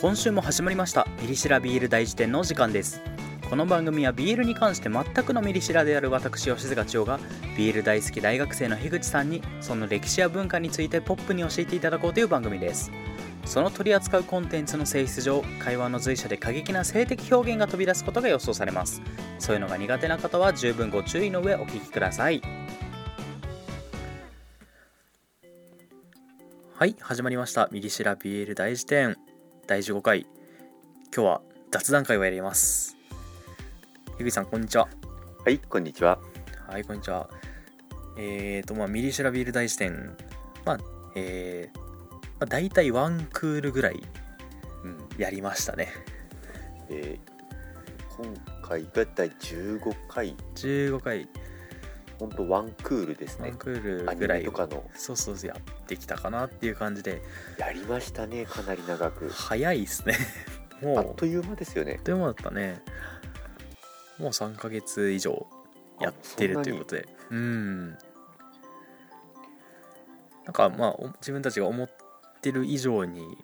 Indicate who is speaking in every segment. Speaker 1: 今週も始まりましたミリシラビール大辞典のお時間ですこの番組はビールに関して全くのミリシラである私吉塚千代がビール大好き大学生の樋口さんにその歴史や文化についてポップに教えていただこうという番組ですその取り扱うコンテンツの性質上会話の随所で過激な性的表現が飛び出すことが予想されますそういうのが苦手な方は十分ご注意の上お聞きくださいはい始まりました「ミリシラビール大辞典」第15回今日は雑談会をやります樋口さんこんにちは
Speaker 2: はい、こんにちは。
Speaker 1: はいこんにちはえーとまあミリシラビール大辞典まあえー、まあ、大体ワンクールぐらい
Speaker 2: うん、
Speaker 1: やりましたね
Speaker 2: えー今回が第15回、
Speaker 1: 15回
Speaker 2: 本当ワンクールです
Speaker 1: ワ
Speaker 2: ね
Speaker 1: ン。クー
Speaker 2: ア
Speaker 1: ル
Speaker 2: ニ
Speaker 1: ぐら
Speaker 2: メ
Speaker 1: い
Speaker 2: とかの
Speaker 1: そうそうそうやってきたかなっていう感じで
Speaker 2: やりましたね、かなり長く。
Speaker 1: 早いですね もう
Speaker 2: あ
Speaker 1: あ
Speaker 2: っという間ですよね
Speaker 1: っ。という間だったねもう3ヶ月以上やってるということでうんなんかまあお自分たちが思ってる以上に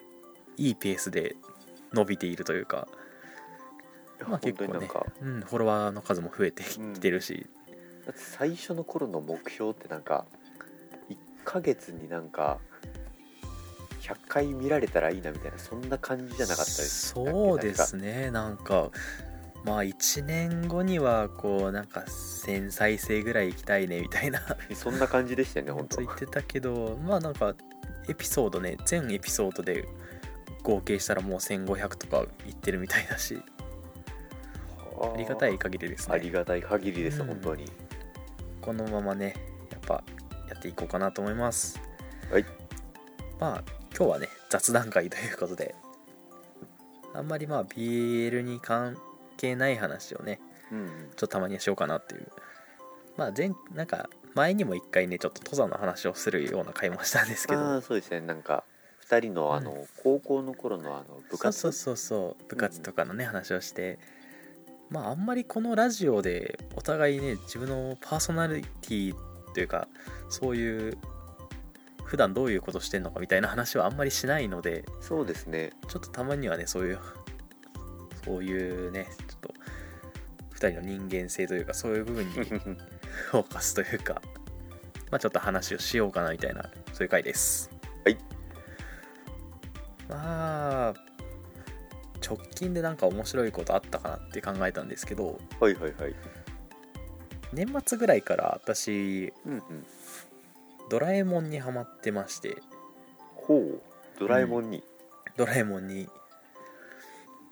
Speaker 1: いいペースで伸びているというか、
Speaker 2: いや
Speaker 1: まあ
Speaker 2: 本
Speaker 1: 結
Speaker 2: 当に
Speaker 1: 構
Speaker 2: なん
Speaker 1: ね
Speaker 2: か、
Speaker 1: うん、フォロワーの数も増えて
Speaker 2: うん
Speaker 1: きてるし、
Speaker 2: だって最初の頃の目標ってなんか、1ヶ月になんか、100回見られたらいいなみたいな、そんな感じじゃなかったです。
Speaker 1: そうですねなんかまあ1年後にはこうなんか1000再生ぐらい行きたいねみたいな
Speaker 2: そんな感じでしたよね、
Speaker 1: ほん
Speaker 2: 本
Speaker 1: と
Speaker 2: 当
Speaker 1: 言ってたけどまあなんかエピソードね全エピソードで合計したらもう1500とかいってるみたいだしありがたい限りです
Speaker 2: あり
Speaker 1: ね
Speaker 2: がたい限りです、
Speaker 1: うん
Speaker 2: 本当に。
Speaker 1: このままねやっぱやっていこうかなと思います
Speaker 2: はい
Speaker 1: まあ今日はね雑談会ということであんまりまあ BL に関係ない話をね
Speaker 2: うん、
Speaker 1: ちょっとたまにはしようかなっていうまあ前なんか前にも一回ねちょっと登山の話をするような会もしたんですけど
Speaker 2: ああそうですねなんか2人のあの、高校の頃のあの部活
Speaker 1: そうそうそうそう部活とかのね、話をしてまああんまりこのラジオでお互いね自分のパーソナリティというかそういう普段どういうことしてんのかみたいな話はあんまりしないので
Speaker 2: そうですね
Speaker 1: ちょっとたまにはねそういうそういうねちょっと2人の人間性というかそういう部分にフォーカスというかまあちょっと話をしようかなみたいなそういう回です
Speaker 2: はい
Speaker 1: まあ直近でなんか面白いことあったかなって考えたんですけど
Speaker 2: はいはいはい
Speaker 1: 年末ぐらいから私
Speaker 2: うんうん
Speaker 1: ドラえもんにハマってまして
Speaker 2: ほうドラえもんに、
Speaker 1: ドラえもんに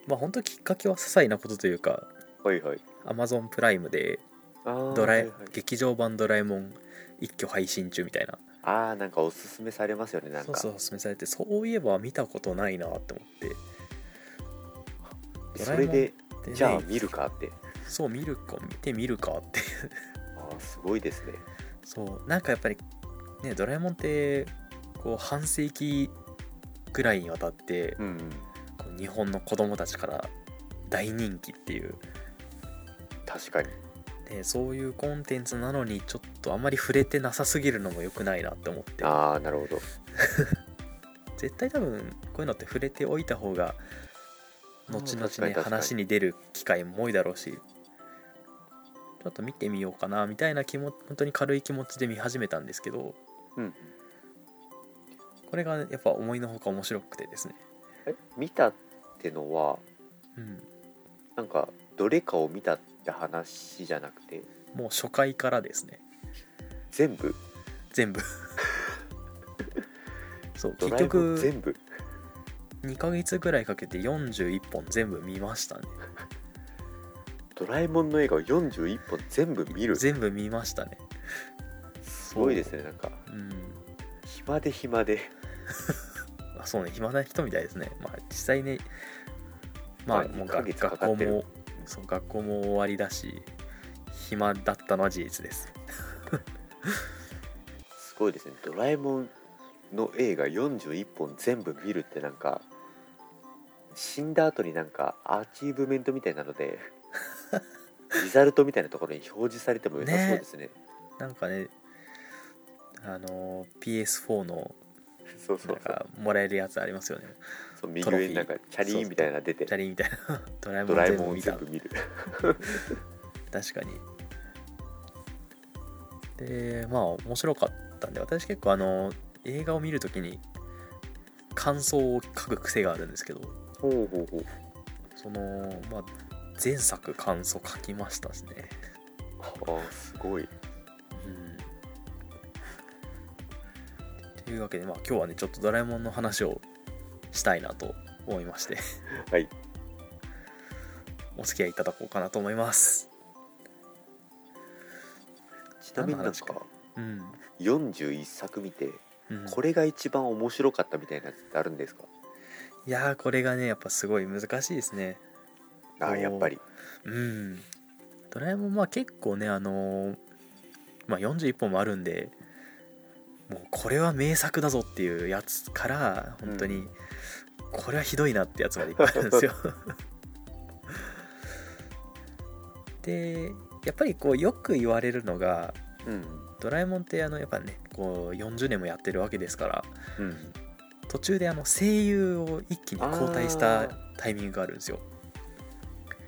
Speaker 1: まあ本当きっかけは些細なことというか
Speaker 2: はいはい
Speaker 1: Amazon プライムで
Speaker 2: あー
Speaker 1: ドラえ、
Speaker 2: はいはい
Speaker 1: 劇場版ドラえもん一挙配信中みたいな
Speaker 2: あーなんかおすすめされますよねなん
Speaker 1: そう
Speaker 2: か
Speaker 1: そうおすすめされてそういえば見たことないなって思ってドラ
Speaker 2: そ
Speaker 1: えもん
Speaker 2: れで
Speaker 1: でね
Speaker 2: じゃあ見るかって
Speaker 1: そう見るか見てみるかって
Speaker 2: あーすごいですね
Speaker 1: そうなんかやっぱりねドラえもんってこう半世紀ぐらいにわたって
Speaker 2: うんうん
Speaker 1: こう日本の子供たちから大人気っていう
Speaker 2: 確かに
Speaker 1: でそういうコンテンツなのにちょっとあまり触れてなさすぎるのも良くないなって思って
Speaker 2: ああなるほど
Speaker 1: 絶対多分こういうのって触れておいた方が後
Speaker 2: うん
Speaker 1: 々
Speaker 2: 確かに
Speaker 1: ね
Speaker 2: 確かに
Speaker 1: 話に出る機会も多いだろうしちょっと見てみようかなみたいな気も本当に軽い気持ちで見始めたんですけど
Speaker 2: うん
Speaker 1: これがやっぱ思いのほか面白くてですね、
Speaker 2: え見たってのは
Speaker 1: うん、
Speaker 2: なんかどれかを見たって話じゃなくて
Speaker 1: もう初回からですね
Speaker 2: 全部
Speaker 1: 全 部そう結
Speaker 2: ドラえもん
Speaker 1: 局
Speaker 2: 全部
Speaker 1: 2ヶ月ぐらいかけて41本全部見ましたね
Speaker 2: ドラえもんの映画を41本全部見る
Speaker 1: 全部見ましたね
Speaker 2: すごいですねなんか
Speaker 1: うん
Speaker 2: 暇で暇で
Speaker 1: あそうね暇な人みたいですねまあ実際ねまあ
Speaker 2: まあ
Speaker 1: もう
Speaker 2: 2
Speaker 1: が
Speaker 2: ヶ月か
Speaker 1: 学
Speaker 2: か
Speaker 1: 校
Speaker 2: ってる
Speaker 1: もそう学校も終わりだし暇だったのは事実です
Speaker 2: すごいですね「ドラえもん」の映画41本全部見るってなんか死んだ後になんかアチーブメントみたいな のでリザルトみたいなところに表示されても良さそうですね
Speaker 1: なんかねあのー PS4 の
Speaker 2: そうそ
Speaker 1: なん
Speaker 2: うそう
Speaker 1: かもらえるやつありますよね
Speaker 2: そう右上になんかチャリーンみたいなの出て
Speaker 1: チャリみたいな ドラえも
Speaker 2: ド
Speaker 1: ん
Speaker 2: ラえ
Speaker 1: 全
Speaker 2: も
Speaker 1: 部
Speaker 2: ん
Speaker 1: 見た
Speaker 2: 全部見る
Speaker 1: 確かにでまあ面白かったんで私結構あの映画を見るときに感想を書く癖があるんですけど
Speaker 2: ほうほうほう
Speaker 1: そのまあ前作感想書きましたしね
Speaker 2: あーすごい
Speaker 1: うんというわけでまあ今日はねちょっとドラえもんの話をしたいなと思いまして
Speaker 2: はい
Speaker 1: お付き合いいただこうかなと思います
Speaker 2: ちなみにな
Speaker 1: 何
Speaker 2: ん
Speaker 1: の話
Speaker 2: か
Speaker 1: うん、
Speaker 2: 41作見て
Speaker 1: うん、
Speaker 2: これが一番面白かったみたいなやつってあるんですか
Speaker 1: いやーこれがねやっぱすごい難しいですねお
Speaker 2: あー
Speaker 1: ー
Speaker 2: やっぱり
Speaker 1: うんドラえもんまあ結構ねあのーまあ41本もあるんでもうこれは名作だぞっていうやつから本当に、
Speaker 2: う
Speaker 1: これはひどいなってやつまでいっぱいあるん ですよでやっぱりこうよく言われるのが
Speaker 2: うん
Speaker 1: ドラえもんってあのやっぱねこう40年もやってるわけですから
Speaker 2: うん
Speaker 1: 途中であの声優を一気に交代した
Speaker 2: あー
Speaker 1: タイミングがあるんですよ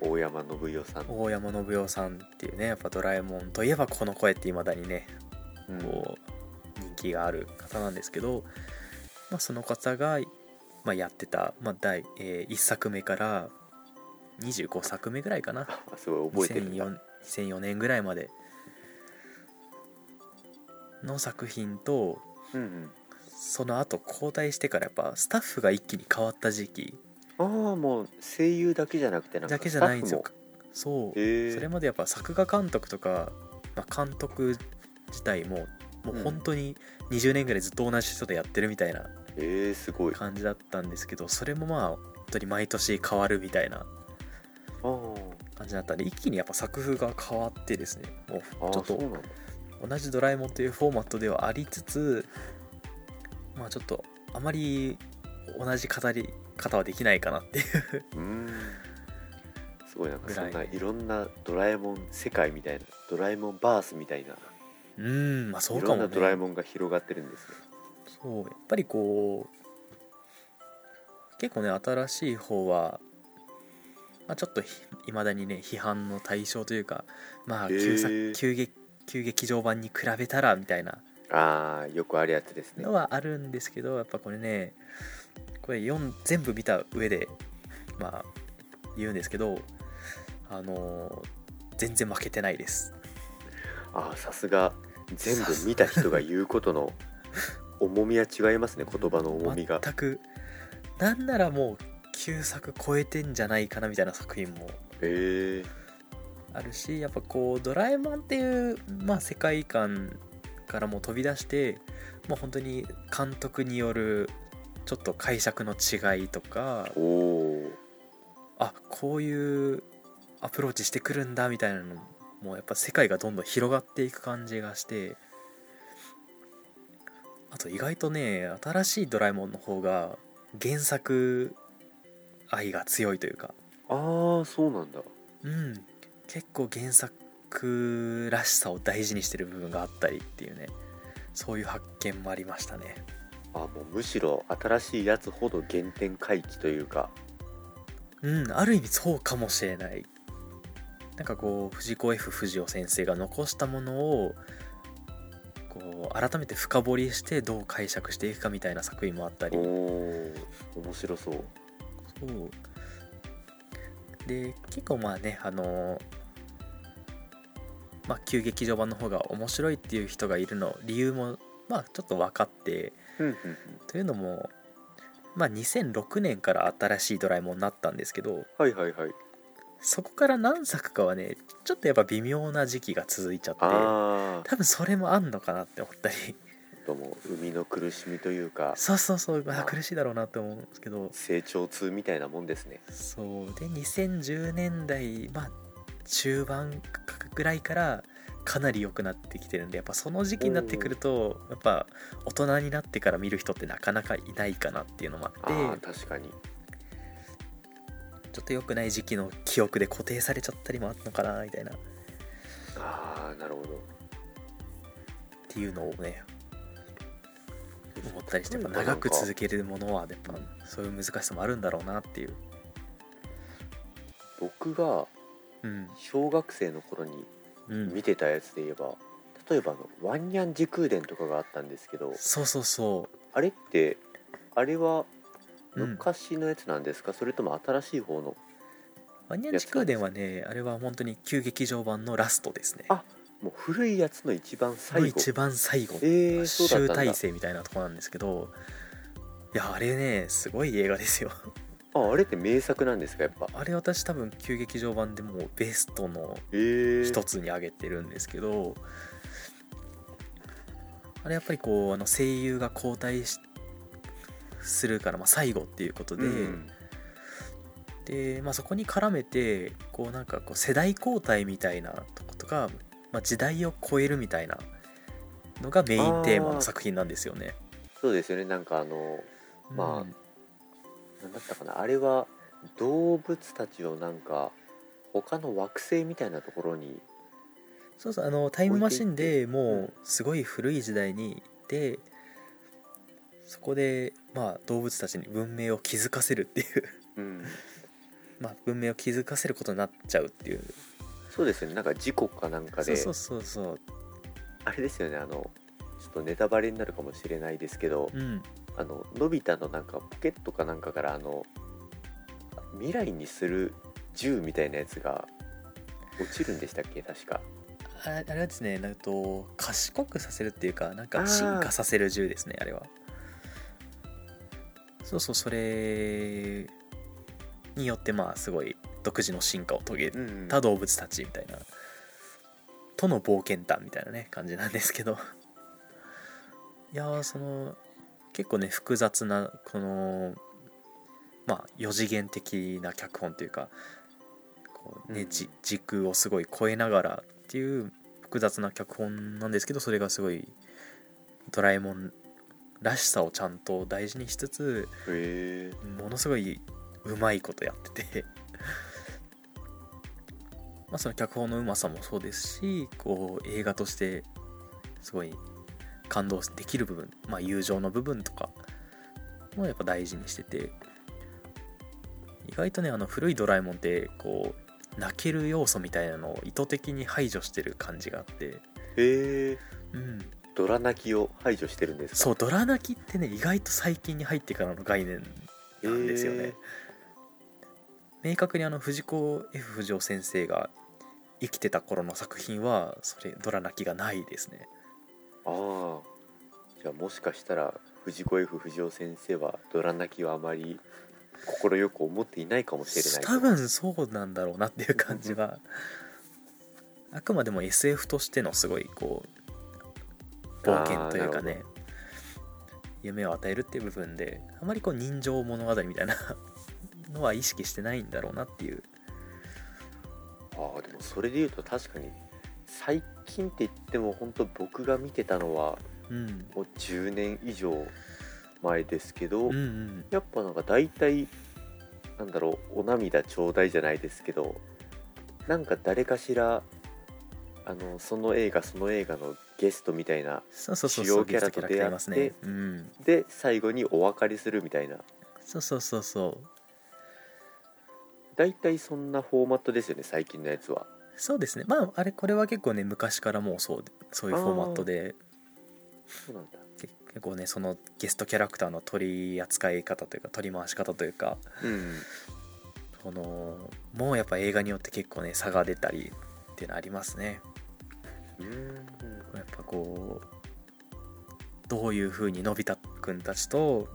Speaker 2: 大山信代さん
Speaker 1: 大山信代さんっていうねやっぱドラえもんといえばこの声っていまだにね
Speaker 2: うん
Speaker 1: こう人気がある方なんですけど、まあ、その方が、まあ、やってた、まあ第え1作目から25作目ぐらいかな
Speaker 2: あ すごい覚えてるんだ
Speaker 1: 2004, 2004年ぐらいまでの作品と
Speaker 2: うん
Speaker 1: その後交代してからやっぱスタッフが一気に変わった時期
Speaker 2: うん、ああもう声優だけじゃなくてなんか
Speaker 1: だけじゃないんですよ
Speaker 2: スタッフも
Speaker 1: そう
Speaker 2: へえ
Speaker 1: それまでやっぱ作画監督とか、まあ、監督自体ももう本当に20年ぐらいずっと同じ人でやってるみたいな
Speaker 2: えー、すごいあ
Speaker 1: 感じだったんですけどそれもまあ本当に毎年変わるみたいな
Speaker 2: あー
Speaker 1: 感じだったんで一気にやっぱ作風が変わってですねも
Speaker 2: あ
Speaker 1: う
Speaker 2: ー
Speaker 1: ちょっ
Speaker 2: そうな
Speaker 1: と
Speaker 2: んだ
Speaker 1: 同じ「ドラえもん」というフォーマットではありつつまあちょっとあまり同じ語り方はできないかなっていう
Speaker 2: うーんすごいなんか
Speaker 1: ぐ
Speaker 2: そ
Speaker 1: らい
Speaker 2: んないろんなドラえもん世界みたいなドラえもんバースみたいな
Speaker 1: うーんまあそう
Speaker 2: い
Speaker 1: か
Speaker 2: ろ
Speaker 1: も
Speaker 2: ん
Speaker 1: ね
Speaker 2: なドラえもんが広がってるんですね
Speaker 1: そうやっぱりこう結構ね新しい方は、まあ、ちょっといまだにね批判の対象というかまあ
Speaker 2: へー
Speaker 1: 急作急激急劇場版に比べたらみたいな
Speaker 2: ああよくあるやつですね
Speaker 1: のはあるんですけどやっぱこれねこれ4全部見た上でまあ言うんですけどあのー全然負けてないです
Speaker 2: ああさすが全部見た人が言うことの重みは違いますね言葉の重みが
Speaker 1: 全くなんならもう旧作超えてんじゃないかなみたいな作品も
Speaker 2: へえ
Speaker 1: あるしやっぱこう「ドラえもん」っていう、まあ、世界観からもう飛び出してもう本当に監督によるちょっと解釈の違いとか
Speaker 2: おお
Speaker 1: あこういうアプローチしてくるんだみたいなのもやっぱ世界がどんどん広がっていく感じがしてあと意外とね新しい「ドラえもん」の方が原作愛が強いというか
Speaker 2: ああそうなんだ
Speaker 1: うん結構原作らしさを大事にしてる部分があったりっていうねそういう発見もありましたね
Speaker 2: あもうむしろ新しいやつほど原点回帰というか
Speaker 1: うんある意味そうかもしれないなんかこう藤子 F 不二雄先生が残したものをこう改めて深掘りしてどう解釈していくかみたいな作品もあったり
Speaker 2: おお面白そう
Speaker 1: そうで結構まあねあのーまあ旧劇場版の方が面白いっていう人がいるの理由もまあちょっと分かって
Speaker 2: ふんふん
Speaker 1: というのもまあ2006年から新しい「ドラえもん」になったんですけど
Speaker 2: ふんはいはいはい
Speaker 1: そこから何作かはねちょっとやっぱ微妙な時期が続いちゃって
Speaker 2: ああ
Speaker 1: 多分それもあんのかなって思ったり
Speaker 2: とも生みの苦しみというか
Speaker 1: そうそうそう、まあ、苦しいだろうなって思うんですけど
Speaker 2: 成長痛みたいなもんですね
Speaker 1: そうで2010年代まあ中盤ぐらいからかなり良くなってきてるんでやっぱその時期になってくるとやっぱ大人になってから見る人ってなかなかいないかなっていうのもあ
Speaker 2: ああ
Speaker 1: って
Speaker 2: 確かに
Speaker 1: ちょっと良くない時期の記憶で固定されちゃったりもあったのかなみたいなっ
Speaker 2: ああなるほど
Speaker 1: ていうのをね思ったりしてやっぱ
Speaker 2: なん
Speaker 1: 長
Speaker 2: だろう
Speaker 1: く
Speaker 2: か
Speaker 1: 続けるものはやっぱそういう難しさもあるんだろうなっていう、
Speaker 2: 僕が
Speaker 1: うん
Speaker 2: 小学生の頃に
Speaker 1: うん、
Speaker 2: 見てたやつで言えば例えばあのワンニャン時空伝とかがあったんですけど
Speaker 1: そうそうそ
Speaker 2: あれってあれは
Speaker 1: う、うん、
Speaker 2: 昔のやつなんですか、それとも新しい方の
Speaker 1: ワンニャン地空伝はねあれは本当に旧劇場版のラストですね
Speaker 2: あもう古いやつの一番
Speaker 1: の
Speaker 2: 最後
Speaker 1: 一番最後
Speaker 2: えー、そう
Speaker 1: 集
Speaker 2: だったんだ
Speaker 1: 大成みたいなとこなんですけどいやあれねすごい映画ですよ
Speaker 2: ああれって名作なんですかやっぱ
Speaker 1: あれ私多分旧劇場版でもうベストの
Speaker 2: えー、
Speaker 1: 一つに挙げてるんですけどあれやっぱりこうあの声優が交代しするから、まあ、最後っていうことで,、
Speaker 2: うん
Speaker 1: でまあ、そこに絡めてこうなんかこう世代交代みたいなとことか、まあ、時代を超えるみたいなのがメインテーマの作品なんですよね。
Speaker 2: そうですよねなんかあのーまあ
Speaker 1: うん
Speaker 2: なんだったかなあれは動物たちをなんか他の惑星みたいなところに
Speaker 1: そうそうあのタイムマシンでもうすごい古い時代にいてそこでまあ動物たちに文明を気づかせるっていう
Speaker 2: うん
Speaker 1: まあ文明を気づかせることになっちゃうっていう
Speaker 2: そうですよねなんか事故かなんか
Speaker 1: そ
Speaker 2: で
Speaker 1: うそうそうそう
Speaker 2: あれですよねあのちょっとネタバレになるかもしれないですけど
Speaker 1: うん
Speaker 2: あののび太のなんかポケットかなんかからあの未来にする銃みたいなやつが落ちるんでしたっけ確か
Speaker 1: ああれはですねなんかと賢くさせるっていうかなんか
Speaker 2: あー
Speaker 1: 進化させる銃ですねあれはそうそうそれによってまあすごい独自の進化を遂げ
Speaker 2: うんうん
Speaker 1: た動物たちみたいなとの冒険談みたいなね感じなんですけど いやーその結構ね複雑なこのまあ4次元的な脚本というかこう、ね
Speaker 2: うん
Speaker 1: じ時空をすごい超えながらっていう複雑な脚本なんですけどそれがすごいドラえもんらしさをちゃんと大事にしつつ
Speaker 2: へえ
Speaker 1: ものすごいうまいことやってて まあその脚本のうまさもそうですしこう映画としてすごい感動できる部分、まあ、友情の部分とかもやっぱ大事にしてて意外とねあの古いドラえもんってこう泣ける要素みたいなのを意図的に排除してる感じがあって、
Speaker 2: へえ
Speaker 1: うん、
Speaker 2: ドラ泣きを排除してるんですか
Speaker 1: そうドラ泣きってね意外と最近に入ってからの概念なんですよね、
Speaker 2: へえ
Speaker 1: 明確にあの藤子 F 不二雄先生が生きてた頃の作品はそれドラ泣きがないですね
Speaker 2: ああじゃあもしかしたら藤子 F 不二雄先生はドラ泣きはあまり快く思っていないかもしれない
Speaker 1: 多分そうなんだろうなっていう感じはあくまでも SF としてのすごいこう冒険というか
Speaker 2: あーな
Speaker 1: ね夢を与えるっていう部分であまりこう人情物語みたいな のは意識してないんだろうなっていう
Speaker 2: ああでもそれで言うと確かに最近って言っても本当僕が見てたのは
Speaker 1: うん
Speaker 2: もう10年以上前ですけど、
Speaker 1: うんうん
Speaker 2: やっぱなんか大体なんだろうお涙ちょうだいじゃないですけどなんか誰かしらあのその映画その映画のゲストみたいな
Speaker 1: そうそうそう
Speaker 2: 主
Speaker 1: そう
Speaker 2: 要キャラと出会って
Speaker 1: ゲストキャラクターいますねうん
Speaker 2: で最後にお別れするみたいな
Speaker 1: そうそうそうそう
Speaker 2: 大体そんなフォーマットですよね最近のやつは
Speaker 1: そうですねまああれこれは結構ね昔からもうそうでそういうフォーマットで
Speaker 2: そうなんだ
Speaker 1: け結構ねそのゲストキャラクターの取り扱い方というか取り回し方というか
Speaker 2: うん
Speaker 1: そのもうやっぱ映画によって結構ね差が出たりっていうのありますね
Speaker 2: うん
Speaker 1: やっぱこうどういう風にのび太くんたちと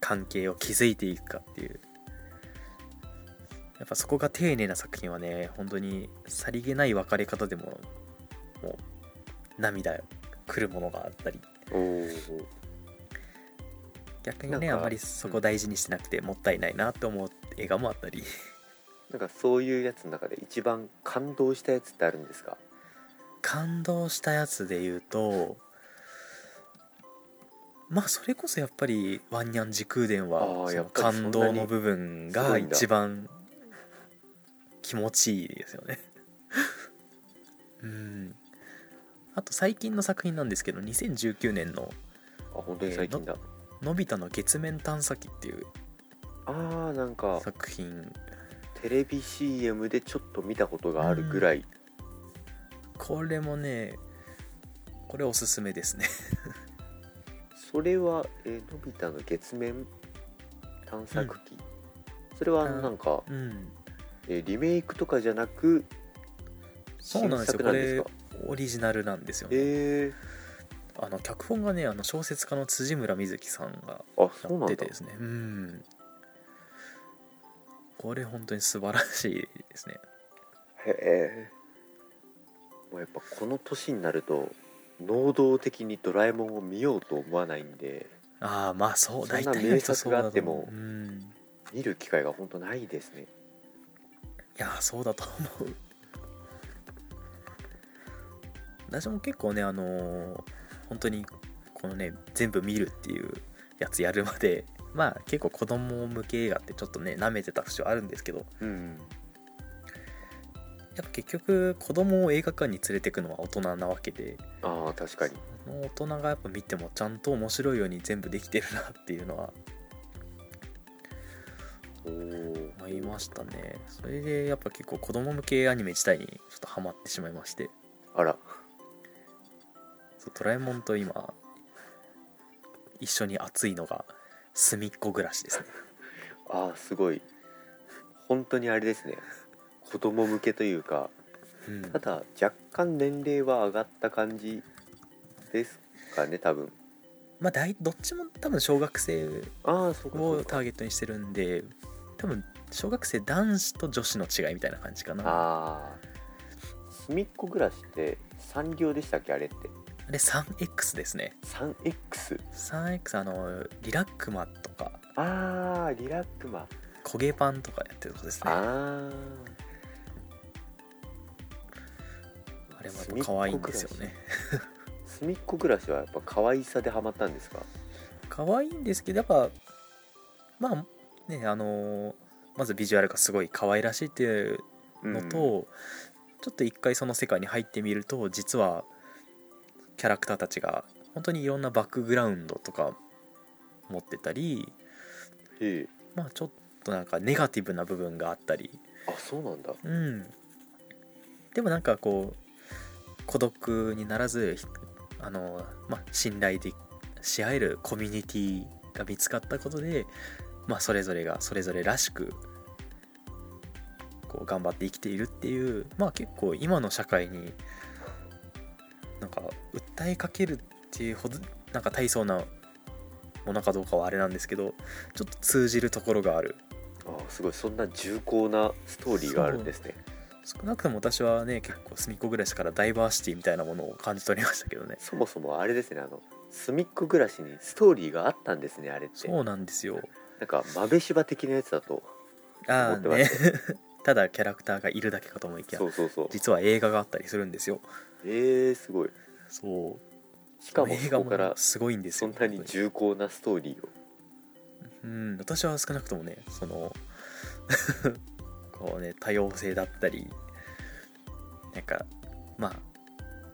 Speaker 1: 関係を築いていくかっていうやっぱそこが丁寧な作品はね本当にさりげない別れ方でももう涙くるものがあったり
Speaker 2: おー
Speaker 1: 逆に
Speaker 2: なん
Speaker 1: ね
Speaker 2: か
Speaker 1: あまりそこ大事にしてなくてもったいないなと思う映画もあったり
Speaker 2: なんかそういうやつの中で一番感動したやつってあるんですか
Speaker 1: 感動したやつで言うとまあそれこそやっぱり「ワンニャン時空伝は」
Speaker 2: あー
Speaker 1: そ
Speaker 2: や
Speaker 1: の
Speaker 2: っぱりそ
Speaker 1: 感
Speaker 2: んなに
Speaker 1: 動の部分
Speaker 2: す
Speaker 1: が
Speaker 2: ごいんだ
Speaker 1: 一番気持ちいいですよねうんあと最近の作品なんですけど2019年の
Speaker 2: あ本当に最近だ、
Speaker 1: のび太の月面探査機っていう
Speaker 2: あーなんか
Speaker 1: 作品
Speaker 2: テレビ CM でちょっと見たことがあるぐらい、
Speaker 1: これもねこれおすすめですね
Speaker 2: それは、えーのび太の月面探索機、それはあの
Speaker 1: うん
Speaker 2: なんか、
Speaker 1: うん
Speaker 2: えーリメイクとかじゃなく
Speaker 1: そうなんですよ
Speaker 2: 新作なんですか
Speaker 1: これオリジナルなんですよね、
Speaker 2: え
Speaker 1: あの脚本がねあの小説家の辻村瑞希さんが
Speaker 2: ー、あそう
Speaker 1: や
Speaker 2: な
Speaker 1: っ
Speaker 2: ん
Speaker 1: て
Speaker 2: だ
Speaker 1: てですねうんこれ本当に素晴らしいですね
Speaker 2: へえもうやっぱこの年になると能動的にドラえもんを見ようと思わないんで
Speaker 1: ああまあそう
Speaker 2: そんな
Speaker 1: 大体の人そうだと思
Speaker 2: 名作があっ
Speaker 1: う
Speaker 2: ても
Speaker 1: うん
Speaker 2: 見る機会が本当ないですね
Speaker 1: いやーそうだと思う 私も結構ねあのー本当にこのね全部見るっていうやつやるまでまあ結構子供向け映画ってちょっとね舐めてた節はあるんですけどや
Speaker 2: うん
Speaker 1: っぱ結局子供を映画館に連れてくのは大人なわけで
Speaker 2: ああ確かに
Speaker 1: その大人がやっぱ見てもちゃんと面白いように全部できてるなっていうのは
Speaker 2: おお
Speaker 1: 思いましたねそれでやっぱ結構子供向けアニメ自体にちょっとハマってしまいまして
Speaker 2: あら
Speaker 1: そうドラえもんと今一緒に熱いのが隅っこ暮らしですね
Speaker 2: ああすごい本当にあれですね子供向けというか
Speaker 1: うん
Speaker 2: ただ若干年齢は上がった感じですかね多分
Speaker 1: まあ大どっちも多分小学生
Speaker 2: ああそうかそ
Speaker 1: を
Speaker 2: うか
Speaker 1: ターゲットにしてるんで多分小学生男子と女子の違いみたいな感じかなあ
Speaker 2: ああ隅っこ暮らしってサンリオでしたっけあれって
Speaker 1: れ 3X ですね
Speaker 2: 3X
Speaker 1: 3X あのリラックマとか
Speaker 2: ああリラックマ
Speaker 1: 焦げパンとかやってることですね
Speaker 2: あ
Speaker 1: あれもやっぱ可愛いんですよね
Speaker 2: あ隅っこ暮らしはやっぱ可愛さでハマったんですか
Speaker 1: 可愛いんですけどやっぱまあねあのまずビジュアルがすごい可愛らしいっていうのと、
Speaker 2: うん
Speaker 1: ちょっと一回その世界に入ってみると実はキャラクターたちが本当にいろんなバックグラウンドとか持ってたり
Speaker 2: へえ
Speaker 1: まあちょっとなんかネガティブな部分があったり
Speaker 2: あそうなんだ
Speaker 1: うんでもなんかこう孤独にならずひあの、まあ、信頼でし合えるコミュニティが見つかったことで、まあ、それぞれがそれぞれらしくこう頑張って生きているっていう、まあ、結構今の社会になんか訴えかけるっていうほどなんか大層なものかどうかはあれなんですけどちょっと通じるところがある
Speaker 2: あーすごいそんな重厚なストーリーがあるんですね
Speaker 1: 少なくとも私はね結構隅っこ暮らしからダイバーシティみたいなものを感じ取りましたけどね
Speaker 2: そもそもあれですねあの隅っこ暮らしにストーリーがあったんですねあれって
Speaker 1: そうなんですよ
Speaker 2: なんか豆柴的なやつだと思
Speaker 1: あ
Speaker 2: って
Speaker 1: あ
Speaker 2: ま
Speaker 1: ね
Speaker 2: し
Speaker 1: ただキャラクターがいるだけかと思いきや
Speaker 2: そうそうそう
Speaker 1: 実は映画があったりするんですよ
Speaker 2: えー、すごい
Speaker 1: そう
Speaker 2: しかも
Speaker 1: 映
Speaker 2: そ
Speaker 1: 画
Speaker 2: こ
Speaker 1: も
Speaker 2: か
Speaker 1: ね
Speaker 2: ら
Speaker 1: すごいんです
Speaker 2: そ
Speaker 1: よ
Speaker 2: んなに
Speaker 1: 本当
Speaker 2: 重厚なストーリーを
Speaker 1: うん私は少なくともねその こうね多様性だったりなんかまあ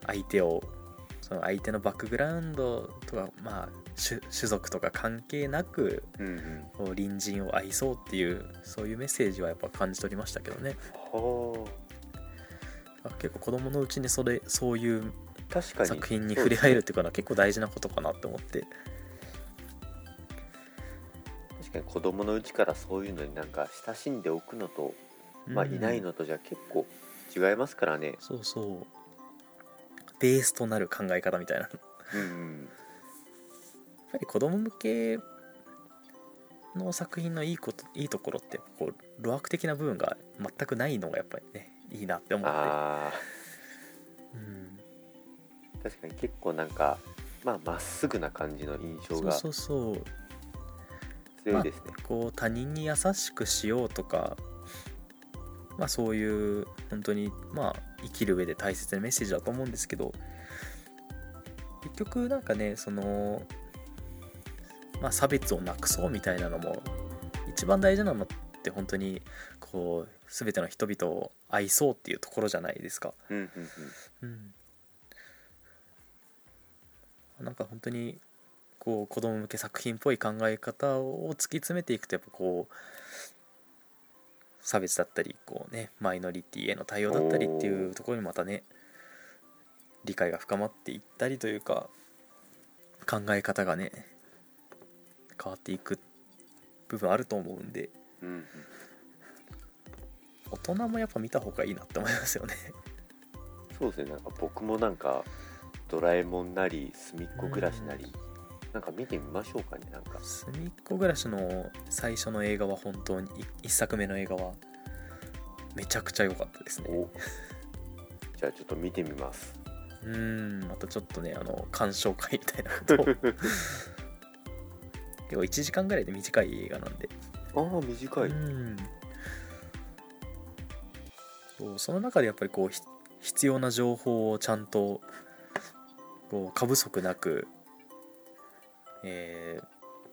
Speaker 1: 相手をその相手のバックグラウンドとかまあ種種族とか関係なく
Speaker 2: うんうん
Speaker 1: こう隣人を愛そうっていうそういうメッセージはやっぱ感じ取りましたけどね
Speaker 2: は
Speaker 1: あ結構子供のうちにそれそういう
Speaker 2: あ確かに
Speaker 1: 作品に触れ合えるっていうのは結構大事なことかなって思って
Speaker 2: そうですね確かに子供のうちからそういうのになんか親しんでおくのと、まあ
Speaker 1: うん
Speaker 2: いないのとじゃ結構違いますからね
Speaker 1: そうそうベースとなる考え方みたいなやっ
Speaker 2: うんうん
Speaker 1: ぱり子供向けの作品のいいこといいところってこう路悪的な部分が全くないのがやっぱりねいいなって思って
Speaker 2: あ
Speaker 1: うん
Speaker 2: ー確かに結構なんかまあまっすぐな感じの印象
Speaker 1: そう
Speaker 2: が
Speaker 1: そうそう
Speaker 2: 強いですね
Speaker 1: こう他人に優しくしようとかまあそういう本当にまあ生きる上で大切なメッセージだと思うんですけど結局なんかねそのまあ差別をなくそうみたいなのも一番大事なのって本当にこう全ての人々を愛そうっていうところじゃないですか。
Speaker 2: うんうんうん
Speaker 1: うん、なんか本当にこう子供向け作品っぽい考え方を突き詰めていくとやっぱこう差別だったりこうねマイノリティへの対応だったりっていうところにまたね理解が深まっていったりというか考え方がね変わっていく部分あると思うんで
Speaker 2: うん
Speaker 1: 大人もやっぱ見た方がいいなって思いますよね。
Speaker 2: そうですねなんか僕もなんか「ドラえもん」なり「すみっこ暮らし」なり、なんか見てみましょうかねなん か
Speaker 1: すみっこ暮らしの最初の映画は本当にい一作目の映画はめちゃくちゃ良かったですね
Speaker 2: お じゃあちょっと見てみます
Speaker 1: うーんまたちょっとねあの鑑賞会みたいなことを結構1時間ぐらいで短い映画なんで、
Speaker 2: ああ短い、
Speaker 1: うんそうその中でやっぱりこうひ必要な情報をちゃんとこう過不足なくえ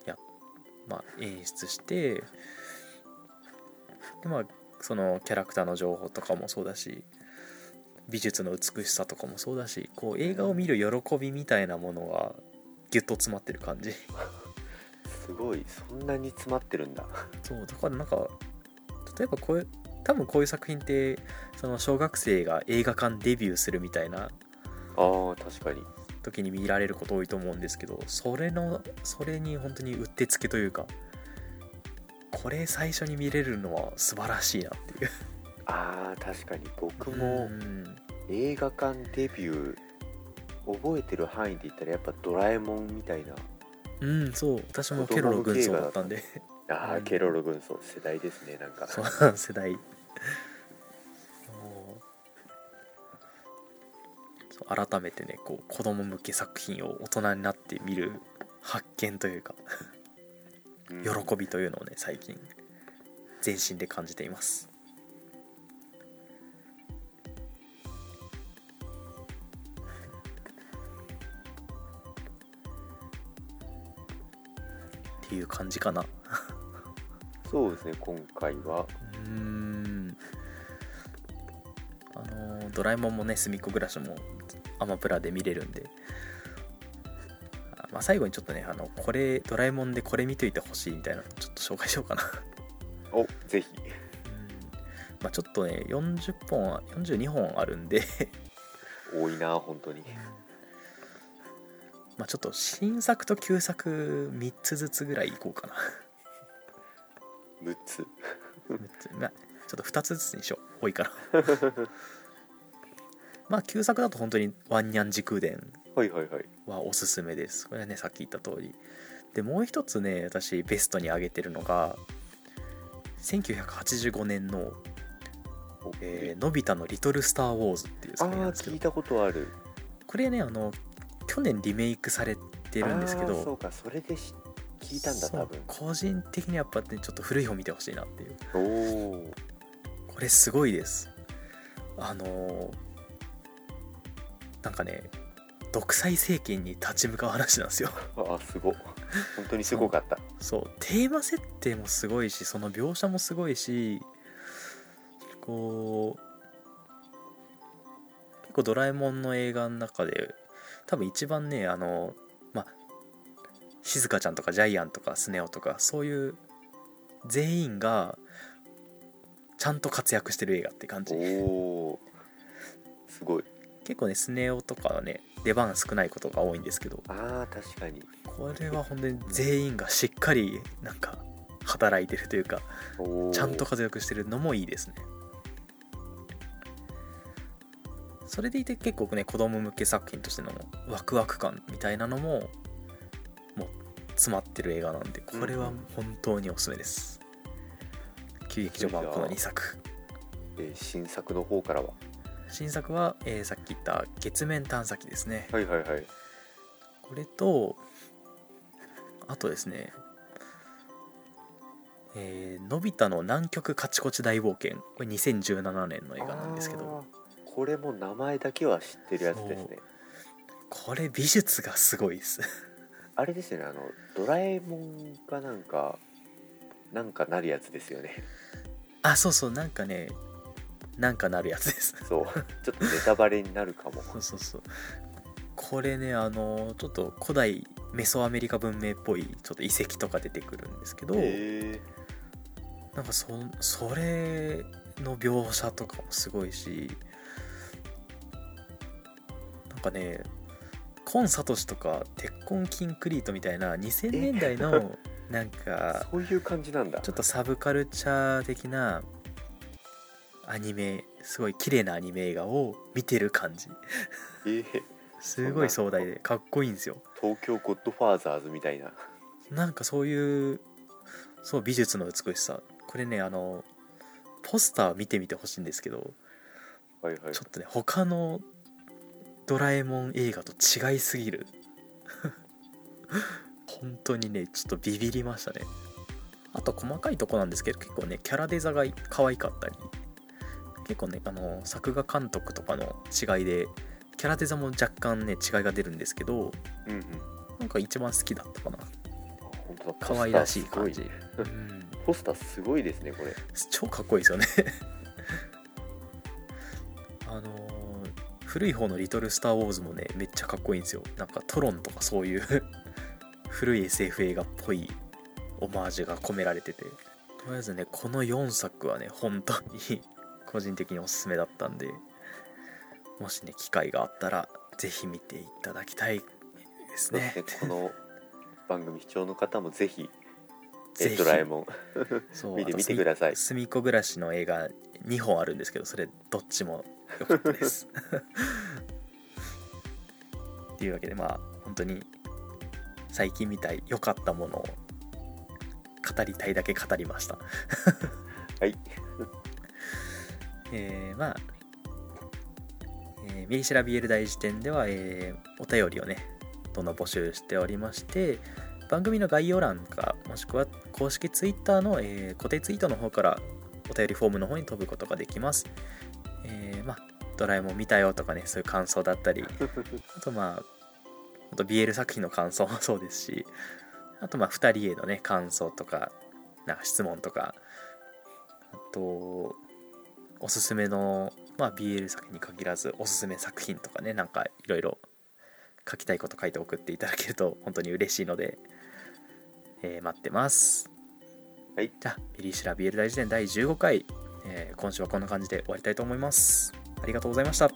Speaker 1: ーやまあ演出してでまあそのキャラクターの情報とかもそうだし美術の美しさとかもそうだしこう映画を見る喜びみたいなものがギュッと詰まってる感じ
Speaker 2: すごいそんなに詰まってるんだ
Speaker 1: そうだからなんか例えばこういう多分こういう作品ってその小学生が映画館デビューするみたいな
Speaker 2: あー確かに
Speaker 1: 時に見られること多いと思うんですけどそれのそれに本当にうってつけというかこれ最初に見れるのは素晴らしいなっていう
Speaker 2: あー確かに僕
Speaker 1: も
Speaker 2: も
Speaker 1: うん
Speaker 2: 映画館デビュー覚えてる範囲で言ったらやっぱ「ドラえもん」みたいな
Speaker 1: うんそう私もケロロ軍曹だったんで
Speaker 2: あー、
Speaker 1: うん
Speaker 2: ケロロ軍曹世代ですねなんか
Speaker 1: そう世代そうそう改めてねこう子供向け作品を大人になって見る発見というか
Speaker 2: うん
Speaker 1: 喜びというのをね最近全身で感じていますっていう感じかな
Speaker 2: そうですね今回は
Speaker 1: うーんあのードラえもんもねすみっこ暮らしもアマプラで見れるんで、あまあ、最後にちょっとねあのこれドラえもんでこれ見といてほしいみたいなのちょっと紹介しようかな
Speaker 2: おぜひ
Speaker 1: まあちょっとね40本42本あるんで
Speaker 2: 多いな本当に
Speaker 1: まあちょっと新作と旧作3つずつぐらいいこうかな
Speaker 2: 6つ
Speaker 1: 六つまあちょっと2つずつにしよう多いからまあ旧作だと本当に「ワンニャン時空伝」
Speaker 2: はいはいはい
Speaker 1: はおすすめですこれはねさっき言った通りでもう一つね私ベストに挙げてるのが1985年の
Speaker 2: お
Speaker 1: 「えーのび太のリトル・スター・ウォーズ」っていう
Speaker 2: あ
Speaker 1: 作品なん
Speaker 2: ー
Speaker 1: ですけ
Speaker 2: 聞
Speaker 1: ど
Speaker 2: いたことある
Speaker 1: これねあの去年リメイクされてるんですけ
Speaker 2: あーそう
Speaker 1: ど
Speaker 2: かそれでし聞いたんだ
Speaker 1: そう
Speaker 2: 多分
Speaker 1: 個人的にはやっぱねちょっと古い方見てほしいなっていう
Speaker 2: おおー
Speaker 1: これすごいですあのーなんかね独裁政権に立ち向かう話なんですよ
Speaker 2: あーす ご本当にすごかった
Speaker 1: そうテーマ設定もすごいしその描写もすごいしこう結構「ドラえもん」の映画の中で多分一番ねあのまあ静香ちゃんとかジャイアンとかスネ夫とかそういう全員がちゃんと活躍してる映画って感
Speaker 2: お
Speaker 1: じ
Speaker 2: おーすごい
Speaker 1: 結構ねスネ夫とかはね出番が少ないことが多いんですけど
Speaker 2: あー確かに
Speaker 1: これは本当に全員がしっかりなんか働いてるというか
Speaker 2: おー
Speaker 1: ちゃんと活躍してるのもいいですねそれでいて結構ね子供向け作品としてのワクワク感みたいなのももう詰まってる映画なんでこれは本当におすすめです旧劇場版はこの2作
Speaker 2: えー新作の方からは
Speaker 1: 新作は、えーさっき言った月面探査機ですね
Speaker 2: はいはいはい
Speaker 1: これとあとですねえーのび太の南極カチコチ大冒険これ2017年の映画なんですけど
Speaker 2: あーこれも名前だけは知ってるやつですね
Speaker 1: これ美術がすごいです
Speaker 2: あれですよねあのドラえもんがなんかなんかなるやつですよね
Speaker 1: あそうそうなんかねなんかなるやつです
Speaker 2: そうちょっとネタバレになるかも
Speaker 1: そうそうそうこれねあのちょっと古代メソアメリカ文明っぽいちょっと遺跡とか出てくるんですけど、
Speaker 2: え
Speaker 1: なんかそそれの描写とかもすごいしなんかねコン・サトシとか鉄痕キンクリートみたいな2000年代のなんか
Speaker 2: そういう感じなんだ
Speaker 1: ちょっとサブカルチャー的なアニメすごい綺麗なアニメ映画を見てる感じ
Speaker 2: えー
Speaker 1: すごい壮大でかっこいいんですよ
Speaker 2: 東京ゴッドファーザーズみたいな
Speaker 1: なんかそういうそう美術の美しさこれねあのポスター見てみてほしいんですけど
Speaker 2: はいはい
Speaker 1: ちょっとね他のドラえもん映画と違いすぎる 本当にねちょっとビビりましたねあと細かいとこなんですけど結構ねキャラデザが可愛かったり結構ねあの作画監督とかの違いでキャラデザも若干ね違いが出るんですけど
Speaker 2: うんうん
Speaker 1: なんか一番好きだったかな
Speaker 2: あ本当だ
Speaker 1: 可愛らしい感じ
Speaker 2: ポスター
Speaker 1: う
Speaker 2: す
Speaker 1: ん
Speaker 2: ごいポスターすごいですねこれ
Speaker 1: 超かっこいいですよね あのー古い方の「リトル・スター・ウォーズ」もねめっちゃかっこいいんですよなんかトロンとかそういう 古い SF 映画っぽいオマージュが込められててとりあえずねこの4作はね本当に 個人的におすすめだったんでもしね機会があったらぜひ見ていただきたいです
Speaker 2: そうで
Speaker 1: ね
Speaker 2: すねこの番組視聴の方もぜひ「え
Speaker 1: ぜひ
Speaker 2: ドラえもん
Speaker 1: そう
Speaker 2: 見
Speaker 1: あ
Speaker 2: て
Speaker 1: と
Speaker 2: 見てください
Speaker 1: すみっこ暮らしの映画2本あるんですけどそれどっちも良かったです っていうわけでまあ本当に最近見たい良かったものを語りたいだけ語りました」
Speaker 2: はい
Speaker 1: えーまあ、えーミリシラビエル大辞典では、えーお便りをね、どんどん募集しておりまして、番組の概要欄か、もしくは公式ツイッターの、えー固定ツイートの方から、お便りフォームの方に飛ぶことができます。えーまあ、ドラえもん見たよとかね、そういう感想だったり、あとまあ、あと BL 作品の感想も そうですし、あとまあ、2人へのね、感想とか、なんか質問とか、あと、おすすめの、まあ、BL 作品に限らずおすすめ作品とかねなんかいろいろ書きたいこと書いて送っていただけると本当に嬉しいので、えー待ってます
Speaker 2: はい
Speaker 1: じゃあ「ミリシラ BL 大辞典」第15回、えー今週はこんな感じで終わりたいと思いますありがとうございました